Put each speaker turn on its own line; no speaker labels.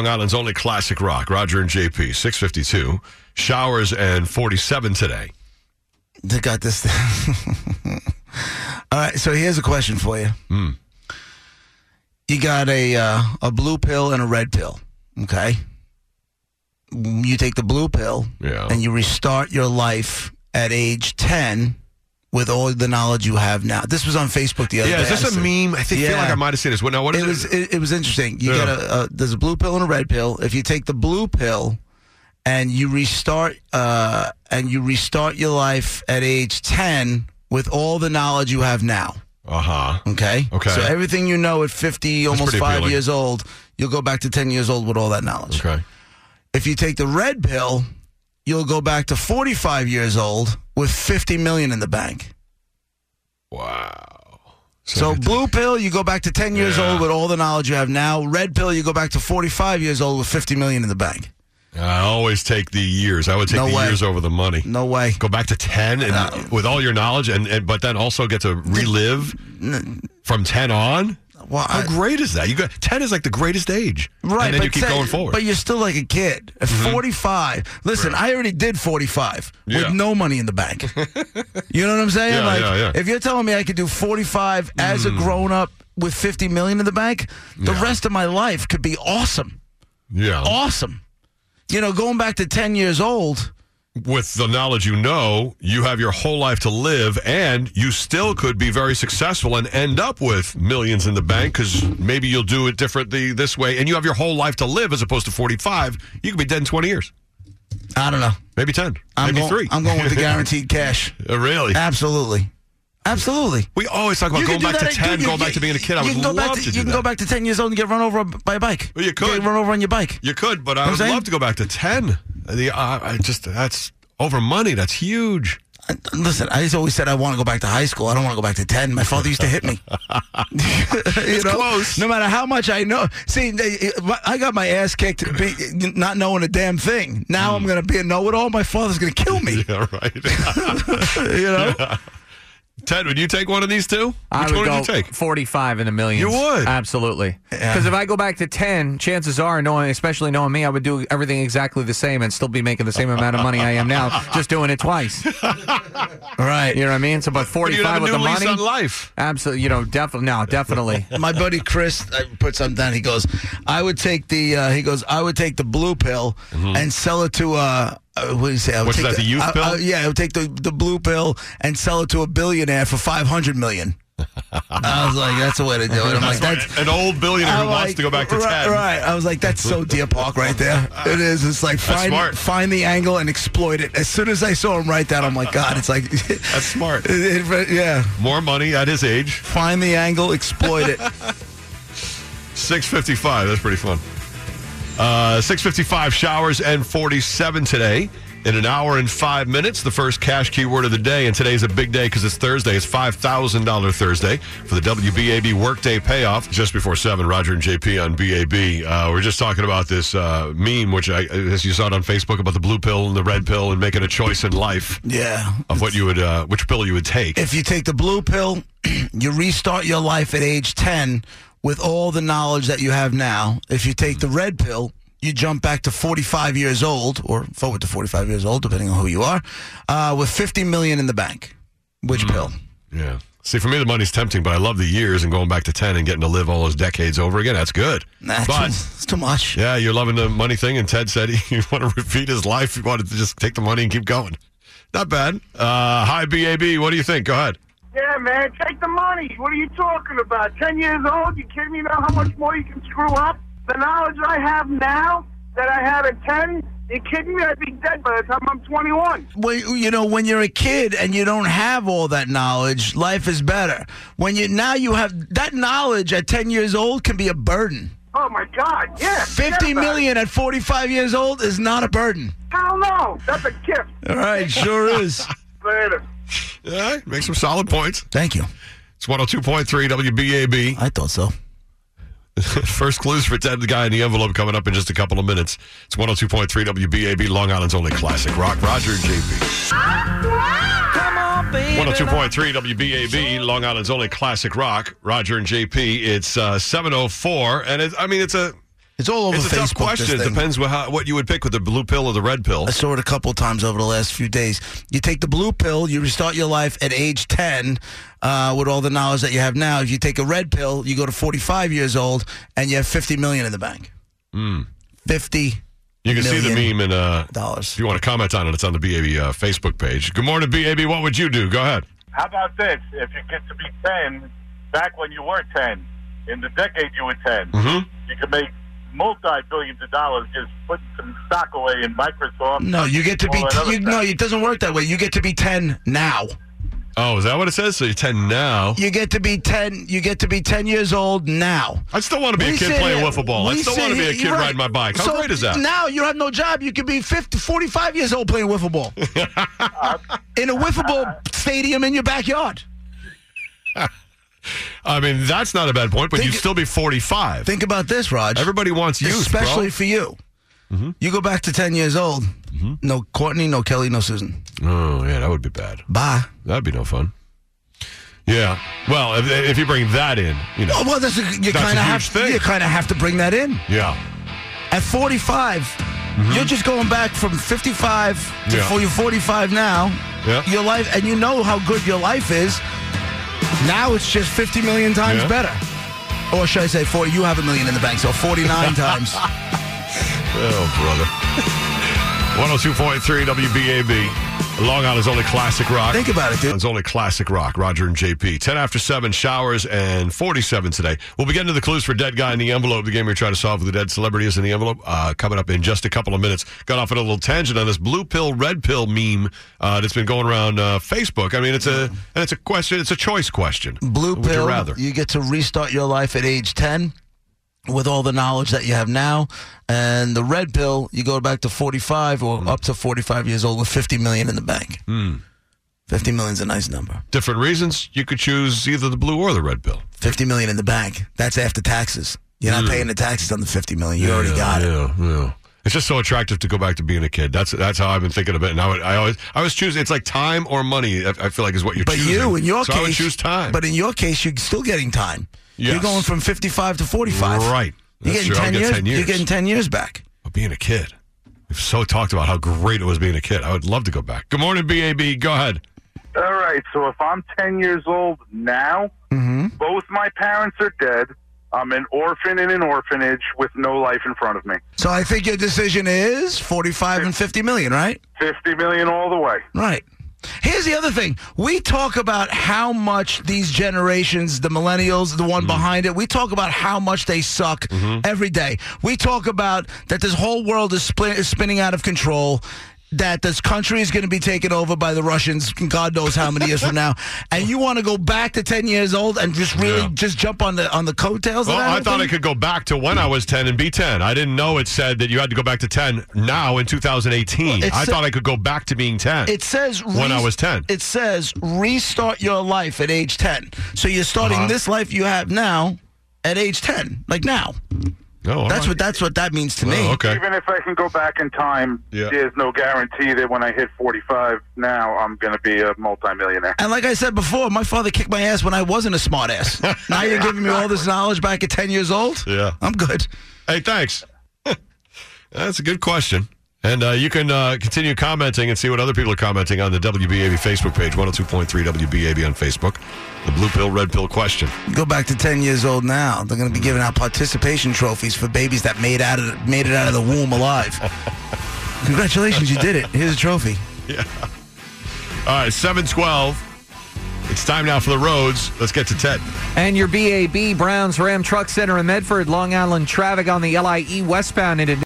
Long Island's only classic rock, Roger and JP, 652. Showers and 47 today.
They got this. All right, so here's a question for you.
Hmm.
You got a uh, a blue pill and a red pill. Okay, you take the blue pill,
Yeah.
and you restart your life at age ten with all the knowledge you have now. This was on Facebook the other
Yeah,
day.
is this a
I said-
meme? I think, feel
Yeah.
like I might have seen this. What, now, what is
It was it, it was interesting. You
Yeah.
get a, a there's a blue pill and a red pill. If you take the blue pill and you restart uh, and you restart your life at age ten with all the knowledge you have now.
Uh huh.
Okay.
Okay.
So everything you know at fifty, almost
pretty
five
appealing.
years old, you'll go back to ten years old with all that knowledge.
Okay.
If you take the red pill, you'll go back to forty five years old with fifty million in the bank.
Wow.
So
if you-
blue pill, you go back to ten years
Yeah.
old with all the knowledge you have now. Red pill, you go back to forty five years old with fifty million in the bank.
I always take the years. I would take
No
the
way. Uh,
years over the money.
No way.
Go back to 10 and with all your knowledge, and, and but then also get to relive from 10 on.
Well,
How
I-
great is that? You got 10 is like the greatest age.
right,
And then
but
you keep
say-
going forward. Mm-hmm.
But you're still like a kid. At 45, listen, I already did 45
Yeah.
with no money in the bank. you know what I'm saying?
Yeah,
like,
yeah, Mm. yeah.
if you're telling me I could do 45 as a grown up with 50 million in the bank, the rest of my life could be awesome.
yeah.
Awesome. You know, going back to 10 years old.
with the knowledge you know, you have your whole life to live, and you still could be very successful and end up with millions in the bank because maybe you'll do it differently this way, and you have your whole life to live as opposed to 45. You could be dead in 20 years,
I don't know.
maybe 10,
I'm
maybe
going,
three.
I'm going with the guaranteed cash.
Uh, really?
Absolutely. Absolutely.
We always talk about
You
going
can do
back to
that at-
10,
dude, you-
going back
you-
to being a kid. I
you
would
can go
love
back
to,
to,
do
You can
that.
go back to 10 years old and get run over by a bike.
Well, you could.
Get run over on your bike.
You could, but I
I'm
would
saying-
love to go back to 10. The, uh, I just, that's over money. That's huge.
I- Listen, I just always said I want to go back to high school. I don't want to go back to 10. My father used to hit me. it's
close.
No matter how much I know. See, they- I got my ass kicked be, not knowing a damn thing.
Hmm.
Now I'm going to be a know it all. My father's going to kill me.
Yeah, right.
You know?
Ted, would you take one of these two? Which
I would
one
go
would you take?
45 in the millions.
You would?
Absolutely. Because if I go back to 10, chances are, knowing, especially knowing me, I would do everything exactly the same and still be making the same amount of money I am now, just doing it twice.
Right.
You know what I mean? So, but
But you'd
45
have a
with the
new lease
money.
on life.
Absolutely. You know, definitely. No, definitely.
my buddy Chris I put something down. He goes, I would take the uh, he goes, I would take the blue pill and sell it to uh, uh, what do you say? I
Mm-hmm.
would
What's
take
that, the youth
I-
pill?
I- yeah, I would take the, the blue pill and sell it to a billionaire for five hundred million. I was like, that's the way to do it. I'm like, that's.
An old billionaire who
I'm
wants
like,
to go back to
right,
10.
Right. I was like, that's so Deer Park right there. It is. It's like find
smart.
find the angle and exploit it. As soon as I saw him write that, I'm like, God, it's like
That's smart.
it- it- yeah.
More money at his age.
Find the angle, exploit it.
655. That's pretty fun. Uh, 655 showers and 47 today. In an hour and five minutes, the first cash keyword of the day. And today's a big day because it's Thursday. It's $5,000 Thursday for the WBAB workday payoff. Just before 7, Roger and JP on BAB. Uh, we are just talking about this uh, meme, which I, as you saw it on Facebook, about the blue pill and the red pill and making a choice in life
Yeah.
of what you would, uh, which pill you would take.
if you take the blue pill, you restart your life at age 10 with all the knowledge that you have now. If you take the red pill, you jump back to 45 years old or forward to 45 years old, depending on who you are, uh, with 50 million in the bank. Which pill?
Yeah. See, for me, the money's tempting, but I love the years and going back to 10 and getting to live all those decades over again. That's good.
Nah, it's,
but,
too, it's too much.
yeah, you're loving the money thing, and Ted said he, want to repeat his life. He wanted to just take the money and keep going. Not bad. Uh, hi, BAB. What do you think? Go ahead.
Yeah, man, take the money. What are you talking about? Ten years old? You kidding me? Know how much more you can screw up? The knowledge I have now that I had at ten? You kidding me? I'd be dead by the time I'm 21.
Well, you know, when you're a kid and you don't have all that knowledge, life is better. When you now you have that knowledge at 10 years old can be a burden.
Oh my God! Yeah, forget
50
about it.
million at 45 years old is not a burden.
Hell no, that's a gift.
All right, sure is.
Later.
Yeah, make some solid points.
Thank you.
It's 102.3 WBAB.
I thought so.
First clues for Ted, the guy in the envelope, coming up in just a couple of minutes. It's 102.3 WBAB, Long Island's only classic rock. Roger and JP. 102.3 WBAB, Long oh Island's only classic rock. Roger and JP. It's uh, 704, and it, I mean, it's a
It's all over
It's a
Facebook.
tough question.
This
It
thing.
depends wha- how, what you would pick with the blue pill or the red pill.
I saw it a couple times over the last few days. You take the blue pill, you restart your life at age 10 uh, with all the knowledge that you have now. If you take a red pill, you go to 45 years old and you have 50 million in the bank. 50
You can see the
million
meme, and uh, if
dollars.
you want to comment on it, it's on the BAB uh, Facebook page. Good morning, BAB. What would you do? Go ahead.
How about this? If you get to be 10, back when you were 10, in the decade you were 10,
Mm-hmm.
you could make multi billions of dollars just putting some stock away in Microsoft.
No, you get to be
All that other
you, no,
stuff.
it doesn't work that way. You get to be 10 now.
Oh, is that what it says? So you're 10 now.
You get to be 10, you get to be 10 years old now.
I still want to be
We
a kid
sit
playing
here-
wiffle ball. I
we
still
sit
want to be
here-
a kid
you're right.
riding my bike. How
So
great is that?
Now you have no job. You could be 50, 45 years old playing wiffle ball in a wiffle ball stadium in your backyard.
I mean, that's not a bad point, but
Think-
you'd still be 45.
Think about this, Raj.
Everybody wants youth,
especially
bro. Mm-hmm.
for you. You go back to 10 years old. No Courtney, no Kelly, no Susan.
Oh, yeah, that would be bad.
Bye.
That'd be no fun. Yeah. Well, if, if you bring that in, you know.
Oh, well, that's a, you
That's a
kind of
huge
have
thing.
you kind of have to bring that in.
Yeah.
At 45, you're just going back from 55 to
Mm-hmm. Yeah.
for- you're 45 now.
Yeah.
Your life, and you know how good your life is. Now it's just 50 million times
Yeah.
better. Or should I say 40? You have a million in the bank, so 49 times.
Oh, brother. 102.3 WBAB. Long Island's only classic rock.
Think about it, dude.
It's only classic rock. Roger and JP. 10 after 7, showers and 47 today. We'll be getting to the clues for Dead Guy in the Envelope, the game we try to solve with the dead celebrity is in the envelope, uh, coming up in just a couple of minutes. Got off on a little tangent on this blue pill, red pill meme uh, that's been going around uh, Facebook. I mean, it's a and it's a question, it's a choice question.
Blue
Would
pill.
you rather?
get to restart your life at age 10 with all the knowledge that you have now. And the red pill, you go back to 45 or
Mm.
up to 45 years old with 50 million in the bank.
Hmm.
50 million's a nice number.
Different reasons. You could choose either the blue or the red pill.
50 million in the bank. That's after taxes. You're not paying the taxes on the 50 million. You already got it.
Hmm. Yeah, yeah. It's just so attractive to go back to being a kid. That's that's how I've been thinking of it. And I, would, I always I was choosing. It's like time or money. I, I feel like is what you're
But
choosing.
you, in your
so
case,
I would choose time.
But in your case, you're still getting time. You're
Yes.
going from 55 to 45.
right,
You're
That's
getting,
true. I
10
would get
years,
10 years.
You're getting 10 years back.
But being a kid. We've so talked about how great it was being a kid. I would love to go back. Good morning, BAB. Go ahead.
All right, so if I'm 10 years old now,
Mm-hmm.
both my parents are dead. I'm an orphan in an orphanage with no life in front of me.
So I think your decision is 45 and 50 million, right?
50 million all the way.
Right. Here's the other thing. We talk about how much these generations, the millennials, the
Mm-hmm.
one behind it, we talk about how much they suck every day. We talk about that this whole world is, split, is spinning out of control. That this country is going to be taken over by the Russians, God knows how many years from now, and you want to go back to ten years old and just really
Yeah.
just jump on the on the coattails.
Well,
of that
I
whole
thought
thing?
I could go back to when I was 10 and be 10. I didn't know it said that you had to go back to 10 now in 2018.
it's-
I thought I could go back to being 10.
It says
When I was 10.
It says restart your life at age ten. So you're starting
Uh-huh.
this life you have now at age ten, like now.
oh, all
That's
right.
what that's what that means to me.
Oh, okay.
Even if I can go back in time,
Yeah.
there's no guarantee that when I hit 45 now, I'm going to be a multimillionaire.
And like I said before, my father kicked my ass when I wasn't a smart ass. now you're giving me all this knowledge back at ten years old.
Yeah.
I'm good.
Hey, thanks. That's a good question. And uh, you can uh, continue commenting and see what other people are commenting on the WBAB Facebook page, 102.3 WBAB on Facebook. The blue pill, red pill question.
Go back to ten years old now. They're going to be giving out participation trophies for babies that made out of made it out of the womb alive. Congratulations, you did it. Here's a trophy.
All right, 712. It's time now for the roads. Let's get to Ted.
And your BAB Browns Ram Truck Center in Medford, Long Island traffic on the LIE E westbound into